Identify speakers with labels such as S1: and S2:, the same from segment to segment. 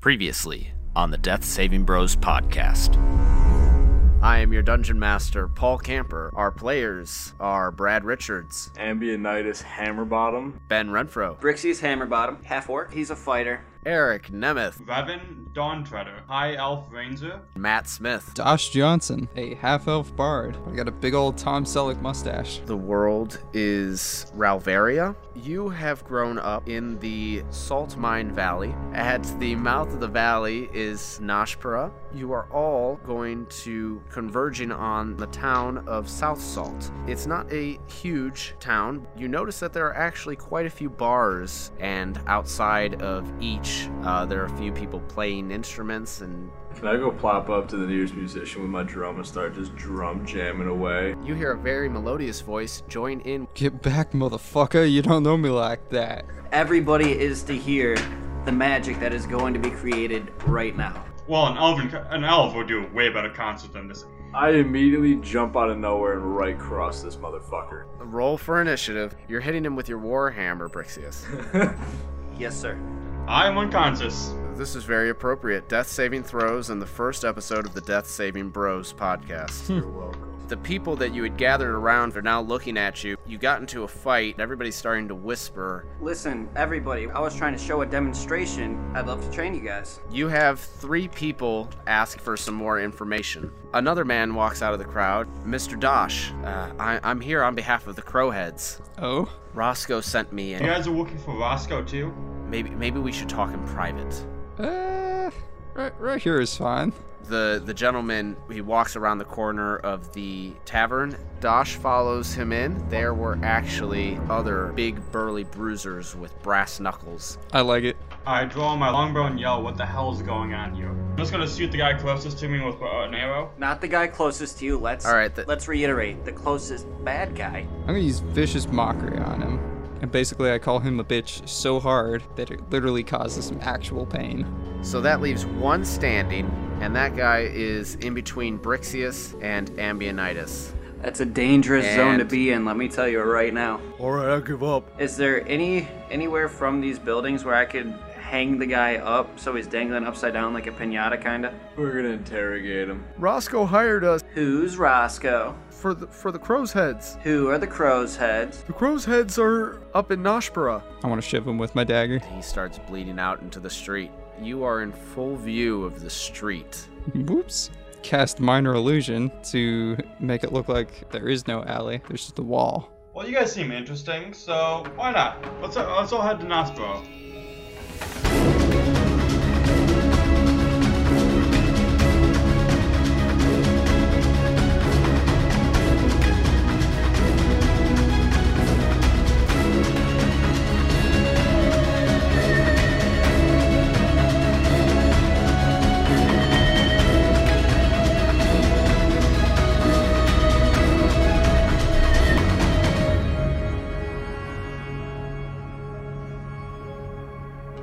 S1: Previously on the Death Saving Bros podcast.
S2: I am your dungeon master, Paul Camper. Our players are Brad Richards,
S3: Ambionitis Hammerbottom.
S2: Ben Renfro,
S4: Brixie's Hammerbottom, half orc. He's a fighter.
S2: Eric Nemeth,
S5: Revan Dawntreader, High Elf Ranger,
S2: Matt Smith.
S6: Josh Johnson, a half elf bard. I got a big old Tom Selleck mustache.
S2: The world is Ralvaria. You have grown up in the Salt Mine Valley. At the mouth of the valley is Nashpura. You are all going to converging on the town of South Salt. It's not a huge town. You notice that there are actually quite a few bars, and outside of each, uh, there are a few people playing instruments and
S3: Can I go plop up to the nearest musician with my drum and start just drum jamming away?
S2: You hear a very melodious voice join in.
S6: Get back, motherfucker. You don't know me like that.
S4: Everybody is to hear the magic that is going to be created right now.
S5: Well, an elf, an elf would do a way better concert than this.
S3: I immediately jump out of nowhere and right cross this motherfucker.
S2: Roll for initiative. You're hitting him with your warhammer, Brixius.
S4: Yes, sir.
S5: I'm unconscious.
S2: this is very appropriate. Death saving throws in the first episode of the Death Saving Bros
S5: Hmm.
S2: podcast. You're welcome. The people that you had gathered around are now looking at you. You got into a fight. Everybody's starting to whisper.
S4: Listen, everybody, I was trying to show a demonstration. I'd love to train you guys.
S2: You have three people ask for some more information. Another man walks out of the crowd. Mr. Dosh, uh, I- I'm here on behalf of the Crowheads.
S6: Oh?
S2: Roscoe sent me,
S5: You
S2: and
S5: guys are working for Roscoe too?
S2: maybe maybe we should talk in private.
S6: Uh, right, right here is fine.
S2: the the gentleman he walks around the corner of the tavern dosh follows him in there were actually other big burly bruisers with brass knuckles
S6: I like it.
S5: I draw my longbow and yell, What the hell's going on here? I'm just gonna shoot the guy closest to me with uh, an arrow.
S4: Not the guy closest to you. Let's
S2: All right, th-
S4: let's reiterate. The closest bad guy.
S6: I'm gonna use vicious mockery on him. And basically, I call him a bitch so hard that it literally causes some actual pain.
S2: so that leaves one standing and that guy is in between brixius and ambionitis
S4: That's a dangerous zone to
S2: And-
S4: be in. Let me tell you right now.
S2: all right i'll give up
S4: Is there any anywhere from these buildings where I could hang the guy up so he's dangling upside down like a pinata, kinda?
S3: We're gonna interrogate him.
S2: roscoe hired us
S4: Who's Roscoe?
S2: for the for the crow's heads
S4: Who are the crow's heads?
S2: the crow's heads are up in noshpura
S6: I wanna shove him with my dagger.
S2: he starts bleeding out into the street you are in full view of the street
S6: Whoops. Cast minor illusion to make it look like there is no alley, there's just a wall.
S5: Well, you guys seem interesting, so why not? Let's, uh, let's all head to Nosborough.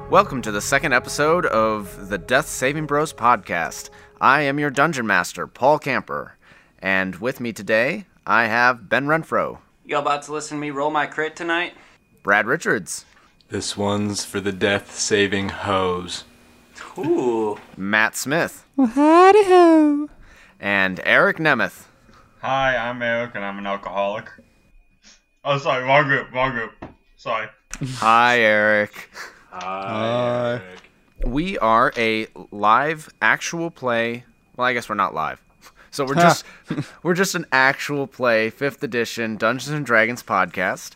S2: Welcome to the second episode of the Death Saving Bros podcast. I am your dungeon master, Paul Camper, and with me today I have Ben Renfro,
S4: You all about to listen to me roll my crit tonight?
S2: Brad Richards,
S3: This one's for the death saving hose.
S4: Ooh.
S2: Matt Smith,
S6: Howdy ho!
S2: and Eric Nemeth.
S5: Hi, I'm Eric and I'm an alcoholic. Oh, sorry, wrong group, wrong group. Sorry.
S2: Hi, Eric.
S3: Hi. Eric.
S2: We are a live actual play. Well, I guess we're not live. So we're just we're just an actual play 5th edition Dungeons and Dragons podcast.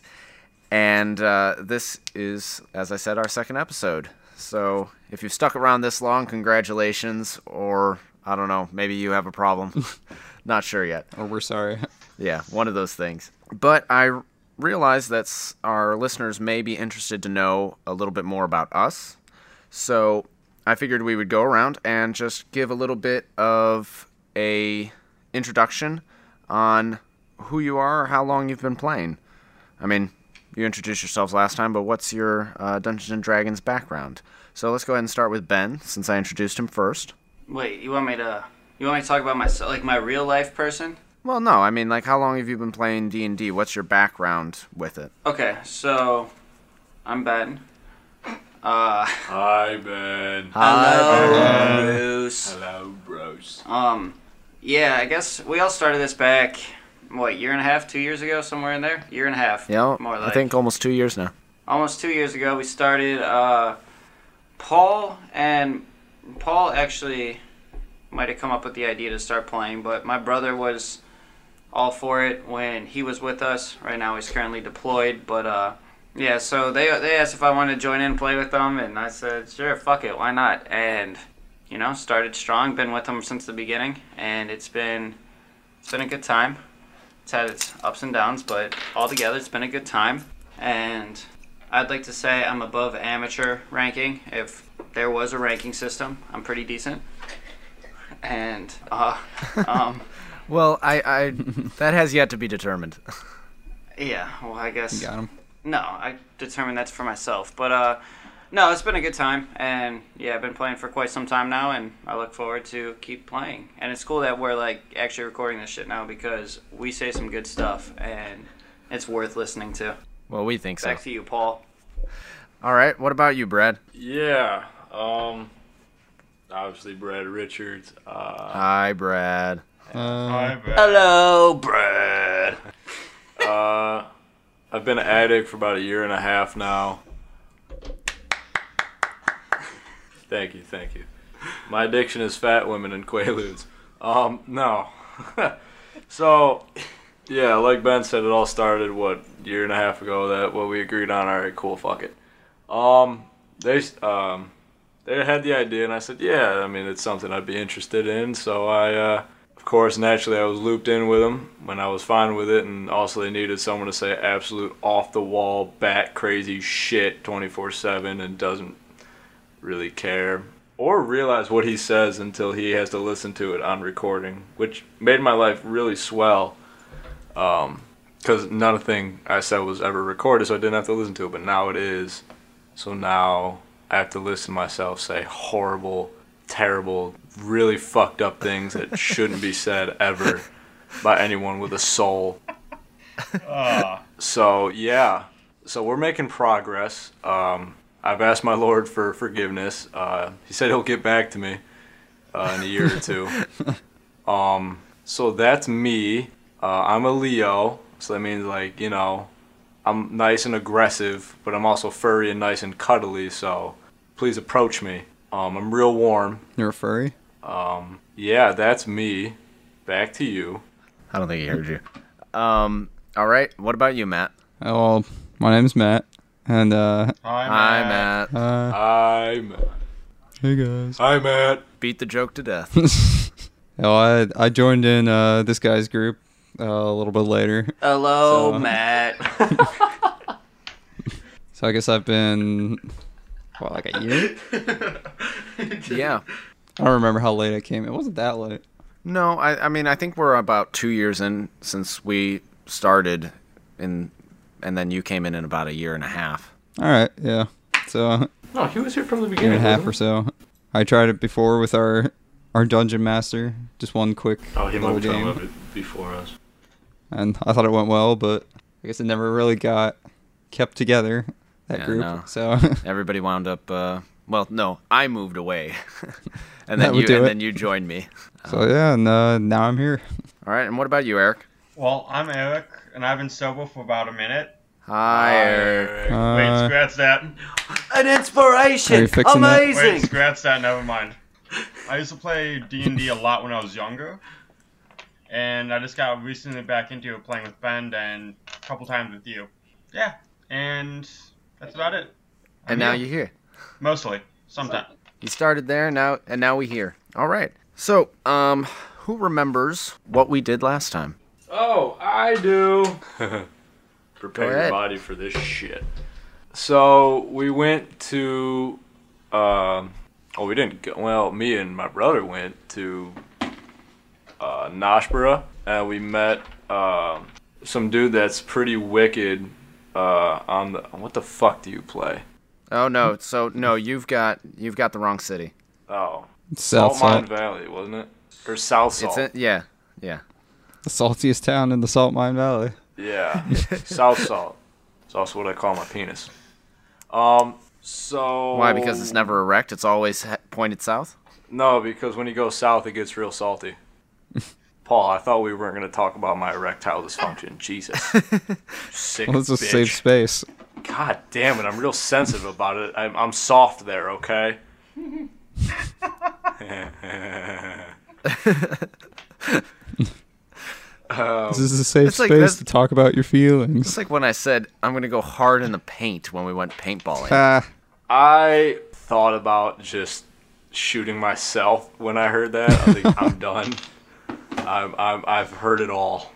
S2: And uh, this is, as I said, our second episode. So if you've stuck around this long, congratulations. Or I don't know, maybe you have a problem. Not sure yet.
S6: Or we're sorry.
S2: Yeah, one of those things. But I r- realize that s- our listeners may be interested to know a little bit more about us. So I figured we would go around and just give a little bit of a introduction on who you are, or how long you've been playing. I mean, you introduced yourselves last time, but what's your uh, Dungeons and Dragons background? So let's go ahead and start with Ben, since I introduced him first.
S4: Wait, you want me to? You want me to talk about myself, like my real life person?
S2: Well, no, I mean, like, how long have you been playing D and D? What's your background with it?
S4: Okay, so I'm Ben. Uh,
S3: Hi, Ben.
S4: hello, Bruce.
S3: Hello, bros.
S4: Um, yeah, I guess we all started this back, what, year and a half, two years ago, somewhere in there? Year and a half.
S2: Yeah,
S4: more
S2: I
S4: like.
S2: think almost two years now.
S4: Almost two years ago, we started, uh, Paul and Paul actually might have come up with the idea to start playing, but my brother was all for it when he was with us. Right now, he's currently deployed, but, uh, yeah, so they, they asked if I wanted to join in and play with them, and I said, sure, fuck it, why not? And you know, started strong, been with them since the beginning, and it's been it's been a good time. It's had its ups and downs, but altogether it's been a good time. And I'd like to say I'm above amateur ranking. If there was a ranking system, I'm pretty decent. And uh, um,
S2: Well, I, I that has yet to be determined.
S4: yeah, well, I guess
S6: Got him.
S4: No, I determined that's for myself. But uh, no, it's been a good time, and yeah, I've been playing for quite some time now, and I look forward to keep playing. And it's cool that we're like actually recording this shit now because we say some good stuff, and it's worth listening to.
S2: Well, we think so.
S4: Back to you, Paul.
S2: All right, what about you, Brad?
S3: Yeah. Um. Obviously, Brad Richards. Uh,
S2: Hi, Brad.
S6: Uh,
S5: Hi, Ben.
S4: Hello, Brad.
S3: uh, I've been an addict for about a year and a half now. Thank you, thank you. My addiction is fat women and quaaludes. Um, no. so, yeah, like Ben said, it all started what year and a half ago. That what we agreed on. All right, cool, fuck it. Um, they s- um, they had the idea, and I said, yeah, I mean, it's something I'd be interested in. So I, uh, of course, naturally, I was looped in with them when I was fine with it, and also they needed someone to say absolute off the wall, bat crazy shit, twenty four seven, and doesn't really care or realize what he says until he has to listen to it on recording, which made my life really swell. Because not a thing I said was ever recorded, so I didn't have to listen to it, but now it is. So now I have to listen to myself say horrible, terrible, really fucked up things that shouldn't be said ever by anyone with a soul. So yeah, so we're making progress. Um, I've asked my Lord for forgiveness. Uh, he said he'll get back to me uh, in a year or two. Um, so that's me. Uh, I'm a Leo, so that means like you know, I'm nice and aggressive, but I'm also furry and nice and cuddly. So please approach me. Um, I'm real warm.
S6: You're a furry?
S3: Yeah, that's me. Back to you.
S2: I don't think he heard you. Um, all right, what about you, Matt?
S6: Oh, well, my name's Matt. And, uh,
S5: Hi,
S2: Hi,
S5: Matt.
S2: Matt.
S3: I'm
S6: hey guys.
S3: I'm at
S2: Beat the joke to death.
S6: Oh, I, I joined in, uh, this guy's group uh, a little bit later.
S4: Hello,
S6: So-
S4: Matt.
S6: So I guess I've been, what, like a year?
S2: yeah.
S6: I don't remember how late I came. It wasn't that late.
S2: No, I, I mean, I think we're about two years in since we started, in, and then you came in in about a year and a half.
S6: All right, yeah. So
S3: No, he was here from the
S6: year and
S3: beginning.
S6: a half or so. I tried it before with our our dungeon master. Just one quick
S3: Oh, he might
S6: little
S3: have come up
S6: game,
S3: it before us.
S6: and I thought it went well, but I guess it never really got kept together that
S2: Yeah,
S6: group.
S2: no.
S6: So
S2: Everybody wound up. Uh, well, no, I moved away, and
S6: That
S2: then
S6: would
S2: you
S6: do
S2: and
S6: it.
S2: then you joined me.
S6: so yeah, and uh, now I'm here.
S2: All right, and what about you, Eric?
S5: Well, I'm Eric, and I've been sober for about a minute.
S2: Hi, Eric.
S5: Wait,
S6: Uh,
S5: scratch that.
S4: An
S6: Are you
S4: inspiration.
S6: fixing that?
S5: Wait,
S4: Amazing.
S5: scratch that. Never mind. I used to play D and D a lot when I was younger, and I just got recently back into it, playing with Ben and a couple times with you. Yeah, and that's about it.
S2: And now you're here.
S5: Mostly, sometimes.
S2: You started there, now and now we here. All right. So, um, who remembers what we did last time?
S3: Oh, I do.
S2: Go
S3: Prepare
S2: ahead.
S3: your body for this shit. So we went to, um, oh, we didn't go. Well, me and my brother went to uh, Nashborough, and we met um some dude that's pretty wicked. Uh, on the what the fuck do you play?
S2: Oh no, so no, you've got you've got the wrong city.
S3: Oh,
S6: South
S3: Salt Mine
S6: Salt,
S3: Valley, wasn't it? Or South Salt?
S2: It's in, yeah, yeah.
S6: the saltiest town in the Salt Mine Valley.
S3: Yeah, South Salt. It's also what I call my penis. Um, So
S2: Why? Because it's never erect. It's always he- pointed south.
S3: No, because when you go south, it gets real salty. Paul, I thought we weren't going to talk about my erectile dysfunction. Jesus, sick
S6: Well, it's a
S3: bitch.
S6: safe space.
S3: God damn it, I'm real sensitive about it. I'm, I'm soft there, okay? Oh.
S6: This is a safe
S2: It's like
S6: space
S2: that's-
S6: to talk about your feelings.
S2: It's like when I said I'm gonna go hard in the paint when we went paintballing.
S6: Ah,
S3: I thought about just shooting myself when I heard that. I think I'm done. I'm, I'm, I've heard it all.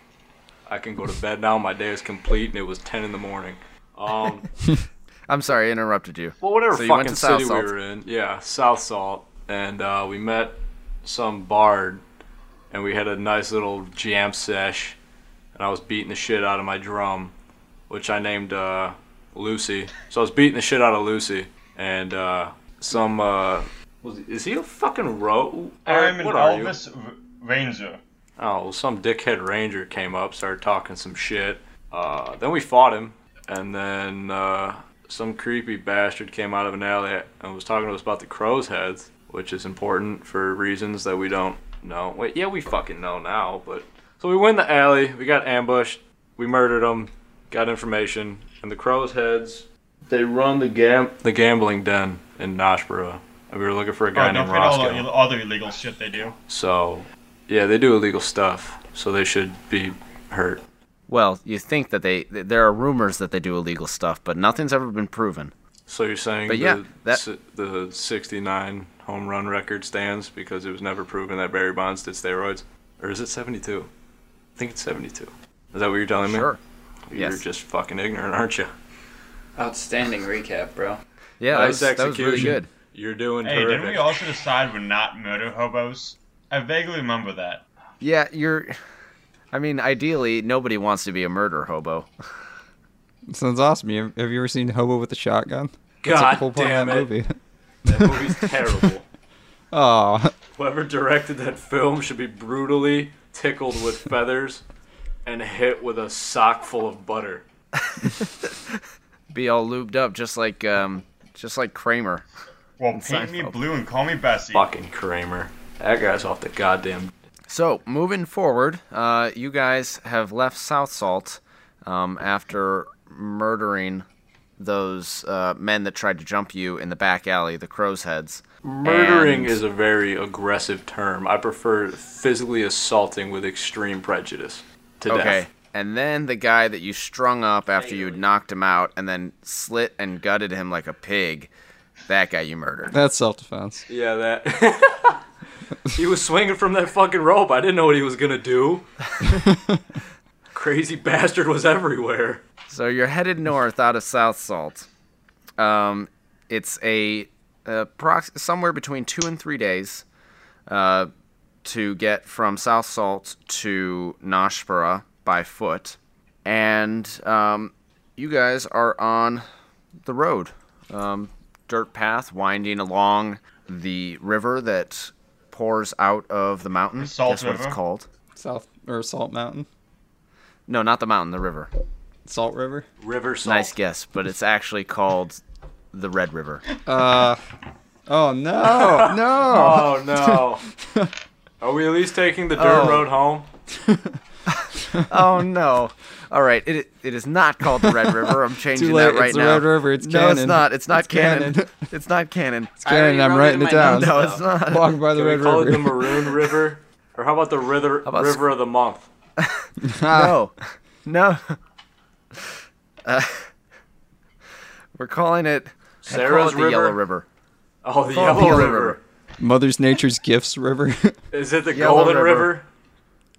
S3: I can go to bed now. My day is complete, and it was 10 in the morning. Um,
S2: I'm sorry, I interrupted you.
S3: Well, whatever
S2: So you
S3: fucking
S2: went to South
S3: city
S2: Salt.
S3: we were in, yeah, South Salt, and uh, we met some bard, and we had a nice little jam sesh, and I was beating the shit out of my drum, which I named uh, Lucy. So I was beating the shit out of Lucy, and uh, some uh, was, is he a fucking row?
S5: I'm an
S3: what are you?
S5: Elvis R- Ranger.
S3: Oh, well, some dickhead ranger came up, started talking some shit. Uh, then we fought him, and then uh, some creepy bastard came out of an alley and was talking to us about the crow's heads, which is important for reasons that we don't know. Wait, yeah, we fucking know now, but so we went in the alley, we got ambushed, we murdered them, got information, and the crow's heads they run the gam the gambling den in Nashboro. And we were looking for a guy
S5: Oh, don't
S3: named
S5: forget all
S3: Roscoe.
S5: the Ill- other illegal shit they do.
S3: So, yeah, they do illegal stuff, so they should be hurt.
S2: Well, you think that they th- there are rumors that they do illegal stuff, but nothing's ever been proven.
S3: So you're saying
S2: But yeah,
S3: the,
S2: that-
S3: si- the 69 home run record stands because it was never proven that Barry Bonds did steroids? Or is it 72? I think it's 72. Is that what you're telling
S2: Sure.
S3: me? You're
S2: yes.
S3: just fucking ignorant, aren't you?
S4: Outstanding recap, bro.
S2: Yeah, that
S3: Nice
S2: was, that was really
S3: execution.
S2: good.
S3: You're doing
S5: Hey,
S3: terrific.
S5: didn't we also decide we're not murder hobos? I vaguely remember that.
S2: Yeah, you're. I mean, ideally, nobody wants to be a murder hobo.
S6: sounds awesome. You, have you ever seen Hobo with a Shotgun? That's a
S3: God
S6: whole part
S3: damn
S6: of that
S3: it.
S6: movie.
S3: That movie's terrible.
S6: Oh,
S3: Whoever directed that film should be brutally tickled with feathers and hit with a sock full of butter.
S2: Be all lubed up, just like um, just like Kramer.
S5: Well, paint me
S2: Seinfeld.
S5: blue and call me Bessie.
S3: Fucking Kramer. That guy's off the goddamn.
S2: So moving forward, uh, you guys have left South Salt um, after murdering those uh, men that tried to jump you in the back alley, the Crow's Heads.
S3: Murdering
S2: And-
S3: is a very aggressive term. I prefer physically assaulting with extreme prejudice to
S2: Okay.
S3: death.
S2: And then the guy that you strung up after you had knocked him out and then slit and gutted him like a pig, that guy you murdered.
S6: that's self-defense.
S3: Yeah, that. he was swinging from that fucking rope. I didn't know what he was gonna do. Crazy bastard was everywhere.
S2: So you're headed north out of South Salt. Um, it's a, approx- somewhere between two and three days uh, to get from South Salt to Nashpura by foot, and um, you guys are on the road, um, dirt path winding along the river that pours out of the mountain.
S5: Salt
S2: Guess what
S5: River?
S2: it's called?
S6: South or Salt Mountain,
S2: No, not the mountain, the river.
S6: Salt River.
S3: River salt.
S2: Nice guess, but it's actually called the Red River.
S6: Oh no, no.
S3: Oh no. Are we at least taking the dirt
S2: Oh.
S3: road home?
S2: Oh no! All right, it it is not called the Red River. I'm changing
S6: Too late,
S2: that right
S6: it's the
S2: now.
S6: Red River, it's
S2: no, it's
S6: canon.
S2: not. It's not
S6: It's
S2: canon.
S6: canon.
S2: It's not canon.
S6: Shannon, I'm
S4: already
S6: writing
S4: wrote
S6: it
S4: it in my
S6: down.
S4: notes.
S2: No, it's not.
S6: Walking by the
S3: Can we
S6: Red
S3: call
S6: River.
S3: it the Maroon River? Or how about the River
S2: about
S3: River of the Month?
S2: No,
S6: Ah.
S2: no. Uh, we're calling it I call
S3: Sarah's
S2: it the Yellow
S3: River?
S2: River.
S3: Oh,
S2: Call it
S3: the
S2: the
S3: Yellow
S2: Yellow
S3: River.
S2: River.
S6: Mother's Nature's Gifts River.
S3: Is it the
S2: Yellow
S3: Golden
S2: River.
S3: River?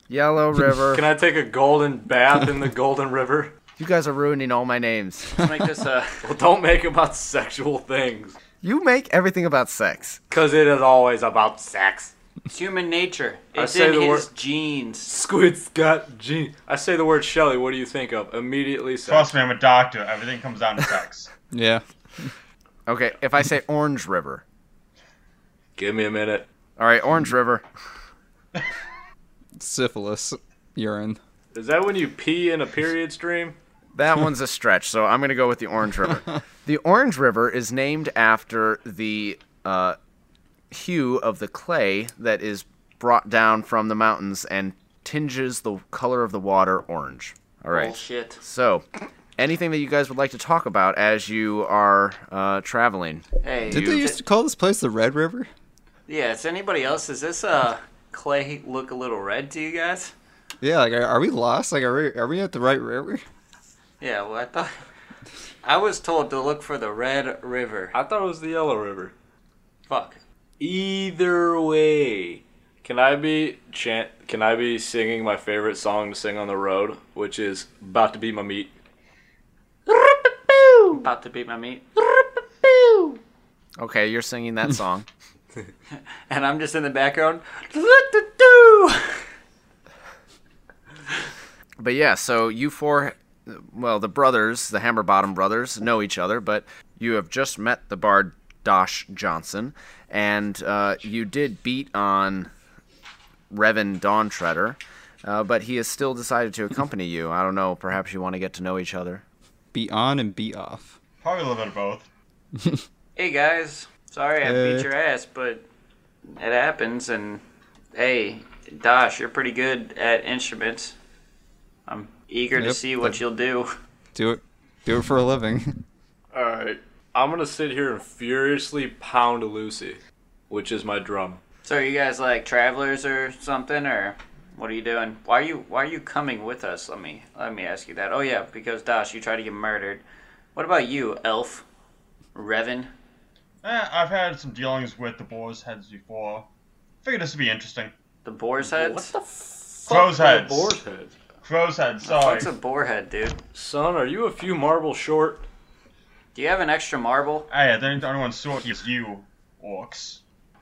S2: Yellow River.
S3: Can I take a golden bath in the Golden River?
S2: you guys are ruining all my names.
S4: Let's make this a
S3: Well, don't make about sexual things,
S2: You make everything about sex.
S3: because it is always about sex.
S4: it's human nature.
S3: I
S4: It's
S3: say
S4: in
S3: the
S4: his
S3: word-
S4: genes.
S3: Squid's got gene. I say the word Shelly. What do you think of immediately? Sex.
S5: Trust me, I'm a doctor. Everything comes down to sex.
S6: yeah.
S2: Okay, if I say Orange River.
S3: Give me a minute.
S2: All right, Orange River.
S6: Syphilis urine.
S3: Is that when you pee in a period stream?
S2: That one's a stretch, so I'm going to go with the Orange River. the Orange River is named after the uh, hue of the clay that is brought down from the mountains and tinges the color of the water orange. All right.
S4: Bullshit.
S2: So, anything that you guys would like to talk about as you are uh, traveling?
S4: Hey,
S6: Did they used to call this place the Red River?
S4: yeah. Is anybody else? Does this uh clay look a little red to you guys?
S6: Yeah, like are, are we lost? Like are we are we at the right river?
S4: Yeah. Well, I thought I was told to look for the Red River.
S3: I thought it was the Yellow River.
S4: Fuck.
S3: Either way, can I be chant? Can I be singing my favorite song to sing on the road, which is "About to Be My Meat"?
S4: About to beat my meat,
S2: Okay, you're singing that song.
S4: and I'm just in the background. "Do-do-do."
S2: But yeah, so you four, well, the brothers, the Hammerbottom brothers, know each other, but you have just met the bard Dosh Johnson, and uh, you did beat on Revan Dawn Treader, uh, but he has still decided to accompany you. I don't know, perhaps you want to get to know each other.
S6: Be on and be off.
S5: Probably a little bit of both.
S4: Hey guys, sorry I
S6: Hey.
S4: beat your ass, but it happens. And hey, Dosh, you're pretty good at instruments. I'm eager to
S6: Yep,
S4: see what
S6: that-
S4: you'll do.
S6: Do it. Do it for a living.
S3: All right, I'm gonna sit here and furiously pound Lucy, which is my drum.
S4: So are you guys like travelers or something, or what are you doing? Why are you Why are you coming with us? Let me Let me ask you that. Oh yeah, because Dosh, you tried to get murdered. What about you, Elf, Revan?
S5: Eh, I've had some dealings with the boar's heads before. Figured this would be interesting.
S4: The boar's heads.
S3: What the
S5: Crow's
S3: fuck are
S5: heads.
S3: Boar's heads.
S5: Crow's head, sorry.
S4: What's a boar head, dude?
S3: Son, are you a few marbles short?
S4: Do you have an extra marble?
S5: Hey, I think the only one sort is you, orcs.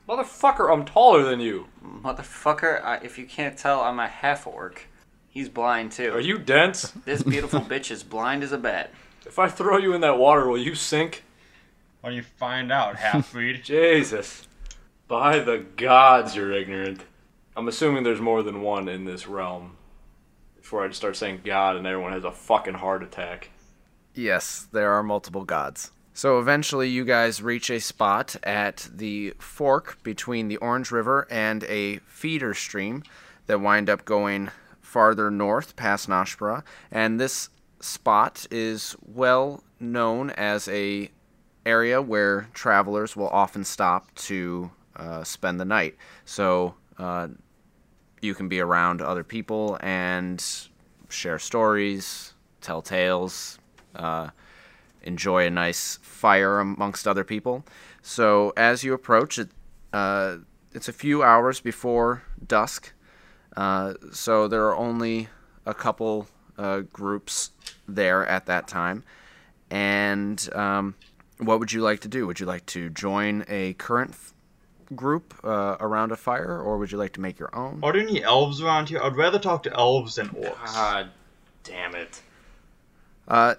S3: Motherfucker, I'm taller than you.
S4: Motherfucker, I, if you can't tell, I'm a half orc. He's blind too.
S3: Are you dense?
S4: This beautiful bitch is blind as a bat.
S3: If I throw you in that water, will you sink?
S5: Why do you find out, half breed?
S3: Jesus. By the gods, you're ignorant. I'm assuming there's more than one in this realm. Before I just start saying God and everyone has a fucking heart attack.
S2: Yes, there are multiple gods. So eventually, you guys reach a spot at the fork between the Orange River and a feeder stream that wind up going farther north past Nashpura. And this spot is well known as a area where travelers will often stop to uh, spend the night. So uh, you can be around other people and share stories, tell tales, uh, enjoy a nice fire amongst other people. So as you approach, it, uh, it's a few hours before dusk, uh, so there are only a couple uh, groups there at that time. And um, what would you like to do? Would you like to join a current f- group uh, around a fire, or would you like to make your own?
S7: Are there any elves around here? I'd rather talk to elves than orcs.
S3: God damn it.
S2: Uh,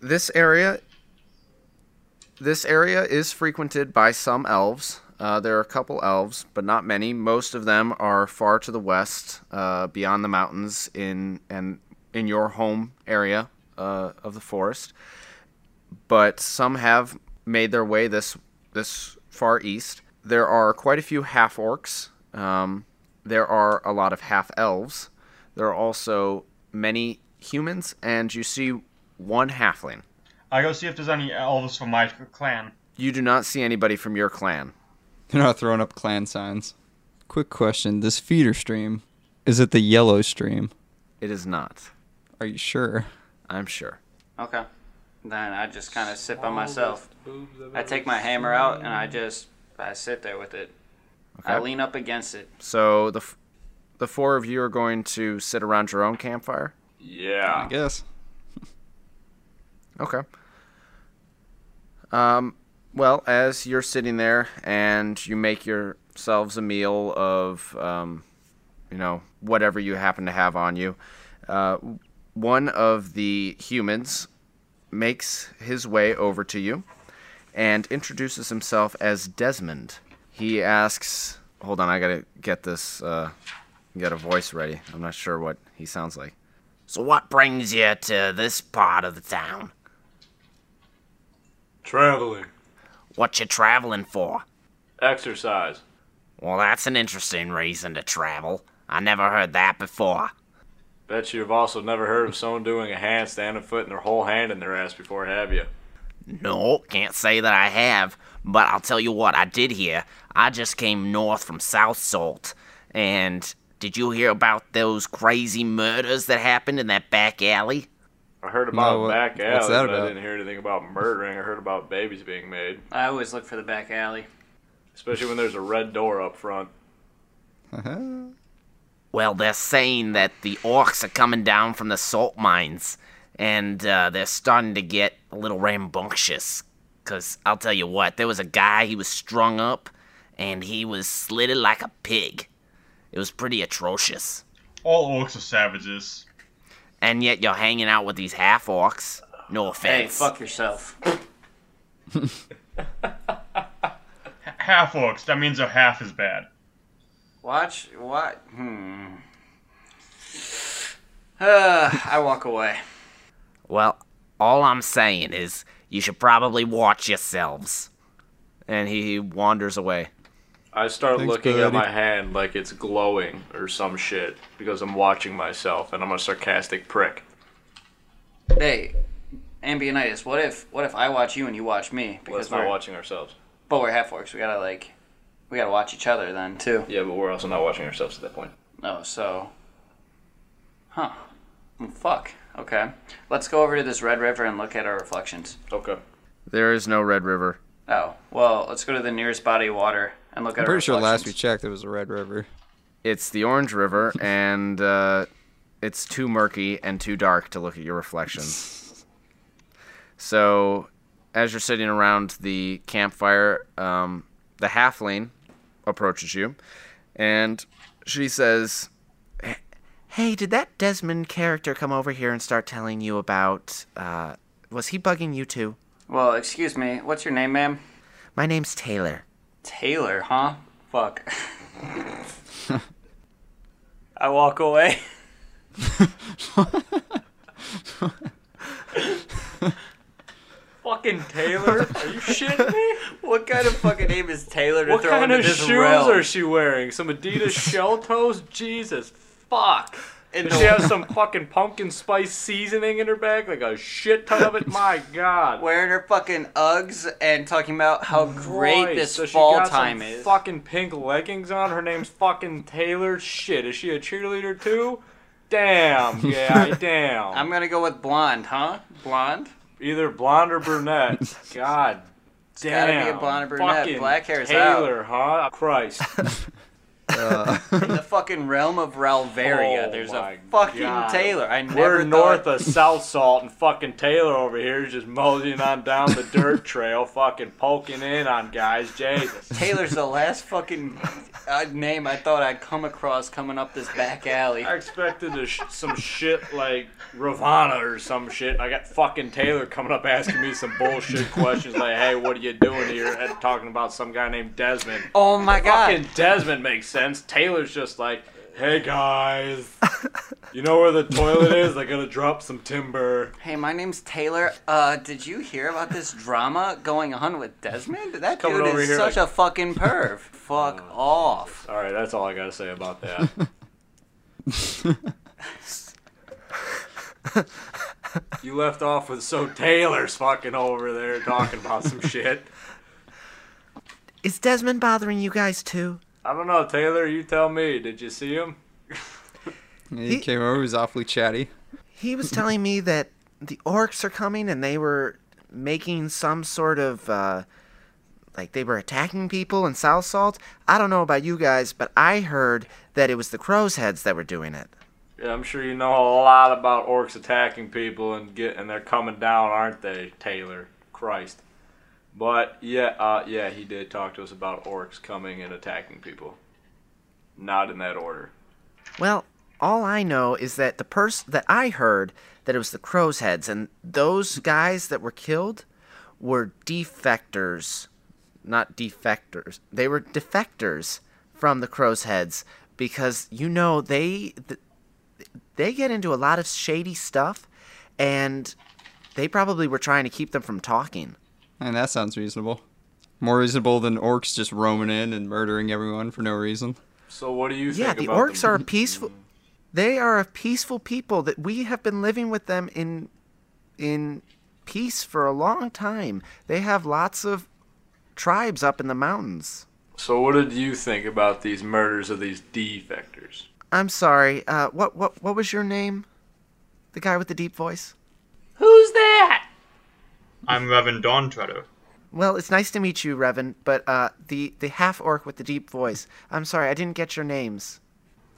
S2: this area, this area is frequented by some elves. Uh, there are a couple elves, but not many. Most of them are far to the west, uh, beyond the mountains, in and in your home area uh, of the forest. But some have made their way this this far east. There are quite a few half orcs. Um, there are a lot of half elves. There are also many humans, and you see one halfling.
S5: I go see if there's any elves from my clan.
S2: You do not see anybody from your clan.
S6: They're not throwing up clan signs. Quick question: This feeder stream, is it the yellow stream?
S2: It is not.
S6: Are you sure?
S2: I'm sure.
S4: Okay. Then I just kind of sit by myself. I take my hammer out and I just I sit there with it. I
S2: Okay.
S4: lean up against it.
S2: So the f- the four of you are going to sit around your own campfire.
S3: Yeah.
S6: I guess.
S2: Okay. Um, well, as you're sitting there and you make yourselves a meal of, um, you know, whatever you happen to have on you, uh, one of the humans makes his way over to you and introduces himself as Desmond. He asks, "Hold on, I gotta get this, uh, get a voice ready. I'm not sure what he sounds like."
S1: So, what brings you to this part of the town?
S3: Traveling.
S1: What you traveling for?
S3: Exercise.
S1: Well, that's an interesting reason to travel. I never heard that before.
S3: Bet you've also never heard of someone doing a handstand and footing their whole hand in their ass before, have you?
S1: No, can't say that I have, but I'll tell you what I did hear. I just came north from South Salt, and did you hear about those crazy murders that happened in that back alley?
S3: I heard about
S6: No, what-
S3: back
S6: what's
S3: alleys,
S6: that
S3: but I
S6: about?
S3: didn't hear anything about murdering. I heard about babies being made,
S4: I always look for the back alley.
S3: especially when there's a red door up front.
S6: Uh-huh.
S1: Well, they're saying that the orcs are coming down from the salt mines, and uh, they're starting to get a little rambunctious. Because I'll tell you what, there was a guy, he was strung up, and he was slitted like a pig. It was pretty atrocious.
S5: All orcs are savages.
S1: And yet you're hanging out with these half orcs. No
S4: Hey,
S1: offense.
S4: fuck yourself.
S5: Half orcs. That means they're half as bad.
S4: Watch what? Hmm. Uh, I walk away.
S1: Well, all I'm saying is you should probably watch yourselves.
S2: And he wanders away.
S3: I start
S6: Thanks,
S3: looking at
S6: buddy.
S3: my hand like it's glowing or some shit because I'm watching myself and I'm a sarcastic prick.
S4: Hey, Ambionitis, what if what if I watch you and you watch me?
S3: Well, that's
S4: we're
S3: not watching ourselves.
S4: but we're half orcs. We gotta like we gotta watch each other then too.
S3: Yeah, but we're also not watching ourselves at that point.
S4: Oh, so. Huh. Mm, Fuck. Okay. Let's go over to this red river and look at our reflections.
S3: Okay.
S2: There is no Red River.
S4: Oh, well, let's go to the nearest body of water and look at
S6: I'm
S4: our
S6: pretty sure last we
S4: reflections.
S6: checked, it was a red river.
S2: It's the Orange River, and uh, it's too murky and too dark to look at your reflections. So, as you're sitting around the campfire, um, the halfling approaches you, and she says,
S1: Hey, did that Desmond character come over here and start telling you about. Uh, was he bugging you too?
S4: Well, excuse me. What's your name, ma'am?
S1: My name's Taylor.
S4: Taylor, huh? Fuck. I walk away. fucking Taylor? Are you shitting me? What kind of fucking name is Taylor to
S3: What
S4: throw
S3: kind
S4: into
S3: of
S4: this
S3: shoes
S4: realm?
S3: are she wearing? Some Adidas shell toes? Jesus fuck.
S4: In
S3: Does
S4: the-
S3: she have some fucking pumpkin spice seasoning in her bag? Like a shit ton of it? My god.
S4: wearing her fucking Uggs and talking about how great
S3: Christ,
S4: this
S3: so she
S4: fall
S3: got some
S4: time is.
S3: Fucking pink leggings on. Her name's fucking Taylor. Shit, is she a cheerleader too? Damn. Yeah, damn.
S4: I'm gonna go with blonde, huh? Blonde?
S3: Either blonde or brunette. God. Damn.
S4: gotta be a blonde or brunette.
S3: Fucking
S4: Black hair's out.
S3: Taylor, huh? Christ.
S4: In the fucking realm of Ralveria,
S3: Oh
S4: there's
S3: my
S4: a fucking
S3: God.
S4: Taylor. I never
S3: We're
S4: thought-
S3: north of South Salt, and fucking Taylor over here is just moseying on down the dirt trail, fucking poking in on guys. Jesus.
S4: Taylor's the last fucking uh, name I thought I'd come across coming up this back alley.
S3: I expected a sh- some shit like Ravana or some shit. I got fucking Taylor coming up asking me some bullshit questions like, "Hey, what are you doing here?" and talking about some guy named Desmond.
S4: Oh my god.
S3: Fucking Desmond makes sense. Taylor's just like, "Hey guys, you know where the toilet is? I gotta drop some timber."
S4: Hey, my name's Taylor. Uh, did you hear about this drama going on with Desmond? That
S3: coming
S4: dude
S3: over
S4: is
S3: here
S4: such
S3: like-
S4: a fucking perv. Fuck off.
S3: All right, that's all I gotta say about that. you left off with so Taylor's fucking over there talking about some shit.
S1: Is Desmond bothering you guys too?
S3: I don't know, Taylor. You tell me. Did you see him?
S6: He, came over, he was awfully chatty.
S1: He was telling me that the orcs are coming and they were making some sort of uh like they were attacking people in South Salt. I don't know about you guys, but I heard that it was the crow's heads that were doing it.
S3: Yeah, I'm sure you know a lot about orcs attacking people and get and they're coming down, aren't they, Taylor? Christ. But yeah, uh, yeah, he did talk to us about orcs coming and attacking people. Not in that order.
S1: Well, all I know is that the person that I heard that it was the crow's heads and those guys that were killed were defectors, not defectors. They were defectors from the crow's heads because you know they th- they get into a lot of shady stuff, and they probably were trying to keep them from talking.
S6: And that sounds reasonable. More reasonable than orcs just roaming in and murdering everyone for no reason.
S3: So what do you
S1: yeah,
S3: think
S1: the
S3: about
S1: orcs
S3: them?
S1: are a peaceful. They are a peaceful people that we have been living with them in, in peace for a long time. They have lots of tribes up in the mountains.
S3: So what did you think about these murders of these defectors?
S1: I'm sorry. Uh, what what what was your name? The guy with the deep voice.
S4: Who's that?
S7: I'm Reverend Don Treader.
S1: Well, it's nice to meet you, Revan. But uh, the the half orc with the deep voice. I'm sorry, I didn't get your names.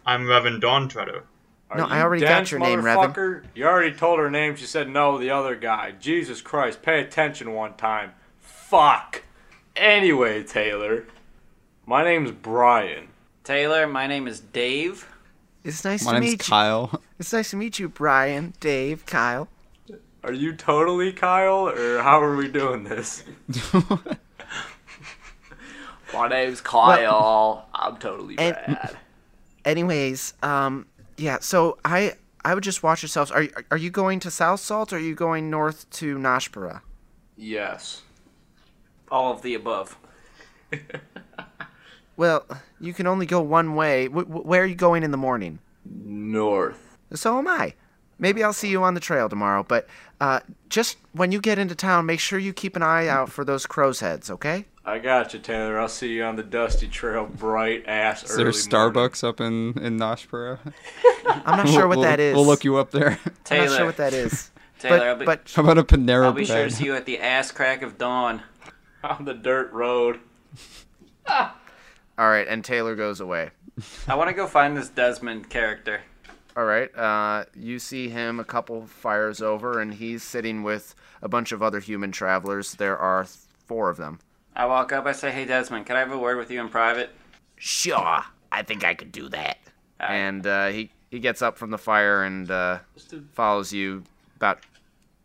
S7: I'm Reverend Don Treader.
S3: Are
S1: No,
S3: you
S1: I already got
S3: dense,
S1: your name, Revan.
S3: motherfucker? You already told her name. She said no. The other guy. Jesus Christ! Pay attention one time. Fuck. Anyway, Taylor, my name's Brian.
S4: Taylor, my name is Dave.
S1: It's nice
S6: My
S1: to
S6: name's
S1: meet
S6: Kyle.
S1: you. It's nice to meet you, Brian, Dave, Kyle.
S3: Are you totally Kyle, or how are we doing this?
S8: My name's Kyle. I'm totally
S1: And-
S8: bad.
S1: Anyways, um, yeah. So I I would just watch yourselves. Are you- are you going to South Salt or are you going north to Nashpura?
S3: Yes.
S4: All of the above.
S1: Well, you can only go one way. W- w- where are you going in the morning?
S3: North.
S1: So am I. Maybe I'll see you on the trail tomorrow, but uh, just when you get into town, make sure you keep an eye out for those crow's heads, okay?
S3: I got you, Taylor. I'll see you on the dusty trail, bright ass
S6: Is
S3: early.
S6: there a
S3: morning.
S6: Starbucks up in, in Nashpura?
S1: I'm not sure what that is.
S6: We'll look you up there.
S1: I'm
S4: Taylor.
S1: not sure what that is.
S4: Taylor, I'll
S1: but,
S4: be,
S1: but
S6: How about a Panera
S4: I'll be sure to
S6: Bread?
S4: see you at the ass crack of dawn.
S3: on the dirt road.
S2: All right, and Taylor goes away.
S4: I want to go find this Desmond character.
S2: All right, uh, you see him a couple fires over, and he's sitting with a bunch of other human travelers. There are th- four of them.
S4: I walk up, I say, Hey Desmond, can I have a word with you in private?
S1: sure, I think I could do that.
S2: and uh, he he gets up from the fire and uh, follows you about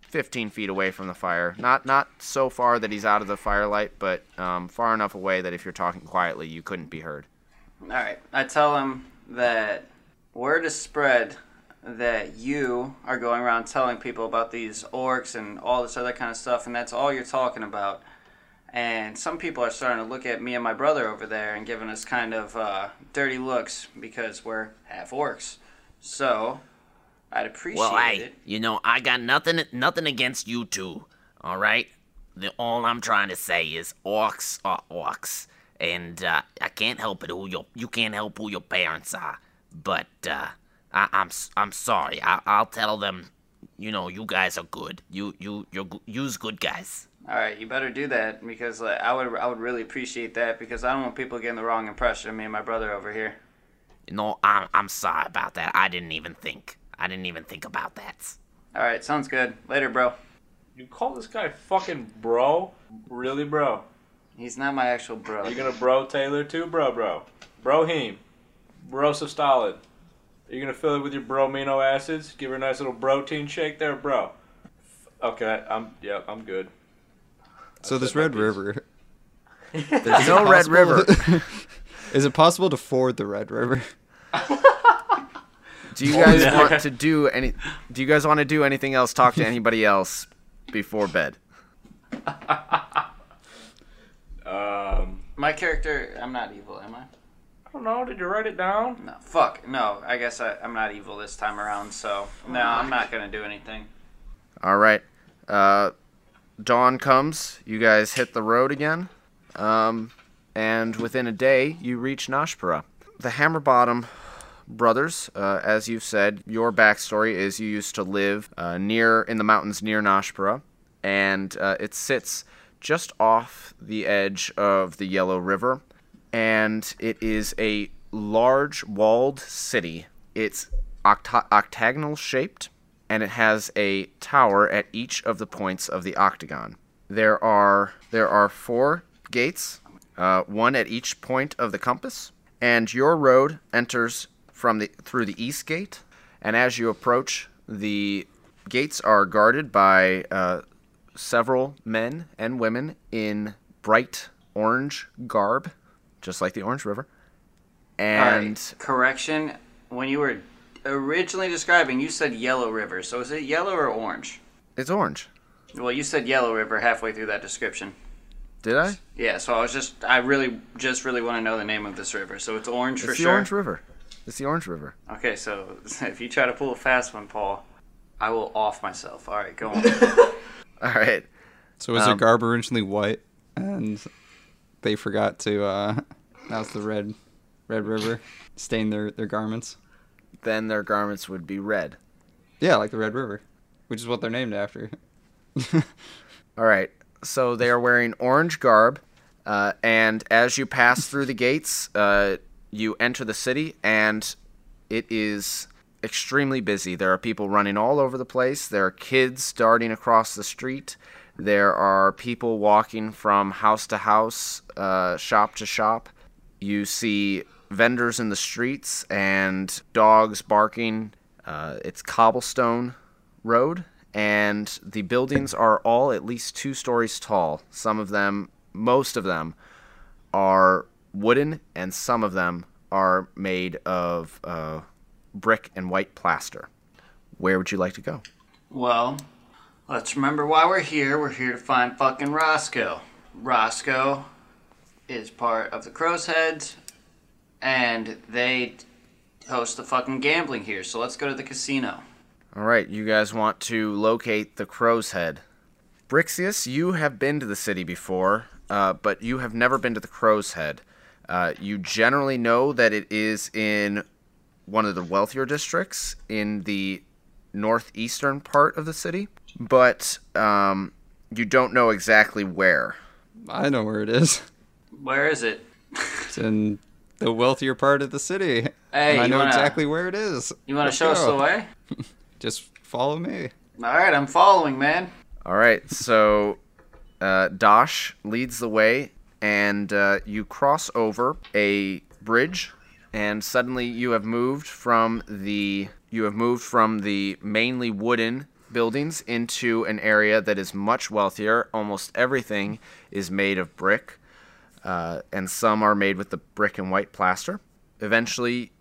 S2: 15 feet away from the fire. Not not so far that he's out of the firelight, but um, far enough away that if you're talking quietly, you couldn't be heard.
S4: All right. I tell him that word is spread that you are going around telling people about these orcs and all this other kind of stuff, and that's all you're talking about. And some people are starting to look at me and my brother over there and giving us kind of uh, dirty looks because we're half orcs. So I'd appreciate
S1: Well, hey,
S4: it.
S1: you know, I got nothing nothing against you two, all right? The, all I'm trying to say is orcs are orcs, and uh, I can't help it who your you can't help who your parents are. But uh, I, I'm s- I'm sorry. I, I'll tell them, you know, you guys are good. You you you're g- you's good guys.
S4: All right, you better do that because like, I would I would really appreciate that because I don't want people getting the wrong impression of me and my brother over here.
S1: You know, I'm I'm sorry about that. I didn't even think. I didn't even think about that.
S4: All right, sounds good. Later, bro.
S3: You call this guy fucking bro? Really, bro?
S4: He's not my actual bro.
S3: Are you gonna bro Taylor too, bro, bro? Brohim. Brosif Stalin. Are you gonna fill it with your bro amino acids? Give her a nice little protein shake there, bro. F- Okay, I'm yeah, I'm good.
S6: So this
S3: said my
S6: Red
S3: piece.
S6: River.
S2: There's no Red River.
S6: Is it possible to ford the Red River?
S2: Do you guys want to do any? Do you guys want to do anything else? Talk to anybody else before bed?
S3: Um
S4: My character, I'm not evil, am I?
S3: I don't know, did you write it down?
S4: No. Fuck, no. I guess I, I'm not evil this time around, so. No, I'm not gonna do anything.
S2: All right. Uh, dawn comes. You guys hit the road again. Um, and within a day, you reach Nashpura. The Hammerbottom brothers, uh, as you've said, your backstory is you used to live uh, near in the mountains near Nashpura, and uh, it sits just off the edge of the Yellow River, and it is a large walled city. It's octa- octagonal shaped, and it has a tower at each of the points of the octagon. There are there are four gates, uh, one at each point of the compass, and your road enters from the through the east gate. And as you approach, the gates are guarded by uh, several men and women in bright orange garb, just like the Orange River.
S4: All right,
S2: And
S4: Correction, when you were originally describing, you said Yellow River. So is it yellow or orange?
S2: It's orange.
S4: Well, you said Yellow River halfway through that description.
S2: Did I?
S4: Yeah, so I was just, I really, just really want to know the name of this river. So it's orange for
S2: it's the
S4: sure.
S2: Orange River. It's the Orange River.
S4: Okay, so if you try to pull a fast one, Paul, I will off myself. All right, go on.
S2: All right.
S6: So
S1: Um.
S6: is it garb originally white, and they forgot to? uh Now it's the red, red river, stain their their garments.
S2: Then their garments would be red.
S6: Yeah, like the Red River, which is what they're named after.
S2: All right. So they are wearing orange garb, uh, and as you pass through the gates, uh, you enter the city, and it is extremely busy. There are people running all over the place. There are kids darting across the street. There are people walking from house to house, uh, shop to shop. You see vendors in the streets and dogs barking. Uh, it's cobblestone road, and the buildings are all at least two stories tall. Some of them, most of them, are wooden, and some of them are made of uh, brick and white plaster. Where would you like to go?
S4: Well, let's remember why we're here. We're here to find fucking Roscoe. Roscoe is part of the Crow's Heads, and they host the fucking gambling here. So let's go to the casino.
S2: All right, you guys want to locate the Crow's Head. Brixius, you have been to the city before, uh, but you have never been to the Crow's Head. Uh, you generally know that it is in one of the wealthier districts in the northeastern part of the city, but um, you don't know exactly where.
S6: I know where it is.
S4: Where is it?
S6: It's in the wealthier part of the city.
S4: Hey,
S6: and I
S4: you
S6: know
S4: wanna-
S6: exactly where it is.
S4: You want to
S6: Let's
S4: show us
S6: go.
S4: the way?
S6: Just follow me.
S4: All right, I'm following, man.
S2: All right, so uh, Dosh leads the way, and uh, you cross over a bridge, and suddenly you have moved from the you have moved from the mainly wooden buildings into an area that is much wealthier. Almost everything is made of brick, uh, and some are made with the brick and white plaster. Eventually,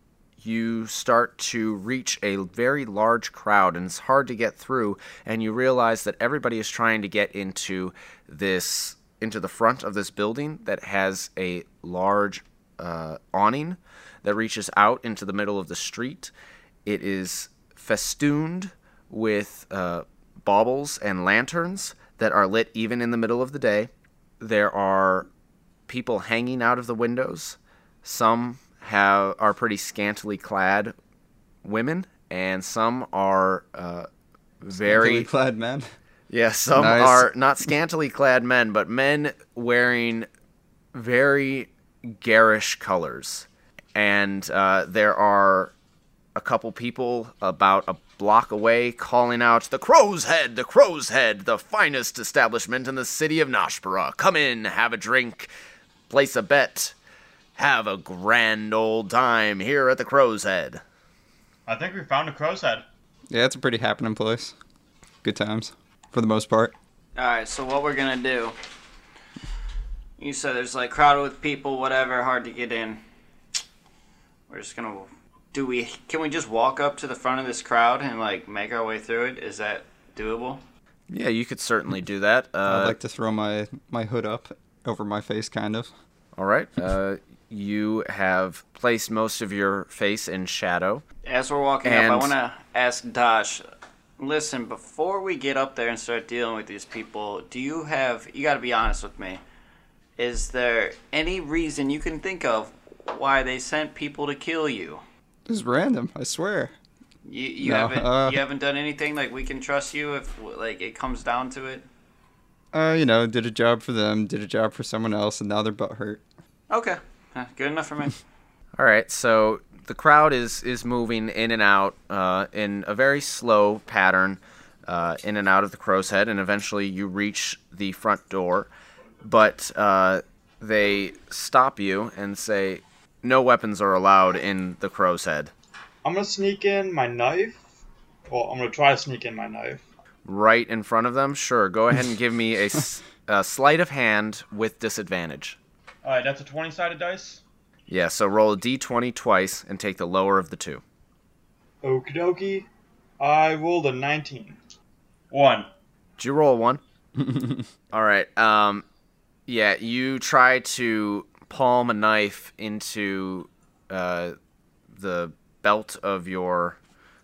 S2: you start to reach a very large crowd and it's hard to get through and you realize that everybody is trying to get into this into the front of this building that has a large uh, awning that reaches out into the middle of the street it is festooned with uh, baubles and lanterns that are lit even in the middle of the day there are people hanging out of the windows some have are pretty scantily clad women, and some are uh,
S6: Scantily
S2: very
S6: clad man.
S2: yeah. Some
S6: Nice.
S2: are not scantily clad men, but men wearing very garish colors, and uh, there are a couple people about a block away calling out the crow's head the crow's head the finest establishment in the city of nashbara come in have a drink place a bet have a grand old time here at the crow's head
S5: I think we found a crow's head.
S6: Yeah, it's a pretty happening place. Good times, for the most part.
S4: All right, so what we're gonna do? You said there's like crowded with people, whatever, hard to get in. We're just gonna. Do we? Can we just walk up to the front of this crowd and like make our way through it? Is that doable?
S2: yeah you could certainly do that
S6: I'd
S2: uh,
S6: like to throw my my hood up over my face, kind of.
S2: all right uh, you have placed most of your face in shadow
S4: As we're walking up, I
S2: And-
S4: want to ask Dash. Listen, before we get up there and start dealing with these people, do you have? You got to be honest with me. Is there any reason you can think of why they sent people to kill you?
S6: This is random, I swear.
S4: You, you
S6: No,
S4: haven't
S6: uh,
S4: you haven't done anything like we can trust you if like it comes down to it.
S6: Uh, you know, did a job for them, did a job for someone else, and now they're butt hurt.
S4: Okay, Huh, good enough for me.
S2: All right, so the crowd is is moving in and out uh, in a very slow pattern, uh, in and out of the crow's head, and eventually you reach the front door, but uh, they stop you and say, "No weapons are allowed in the crow's head."
S7: I'm gonna sneak in my knife. Well, I'm gonna try to sneak in my knife.
S2: Right in front of them. Sure, go ahead and give me a, s- a sleight of hand with disadvantage.
S5: All right, that's a twenty-sided dice.
S2: Yeah, so roll a d20 twice and take the lower of the two.
S7: Okie dokie. I rolled a 19. One.
S2: Did you roll a one? All right. Um, yeah, you try to palm a knife into uh, the belt of your,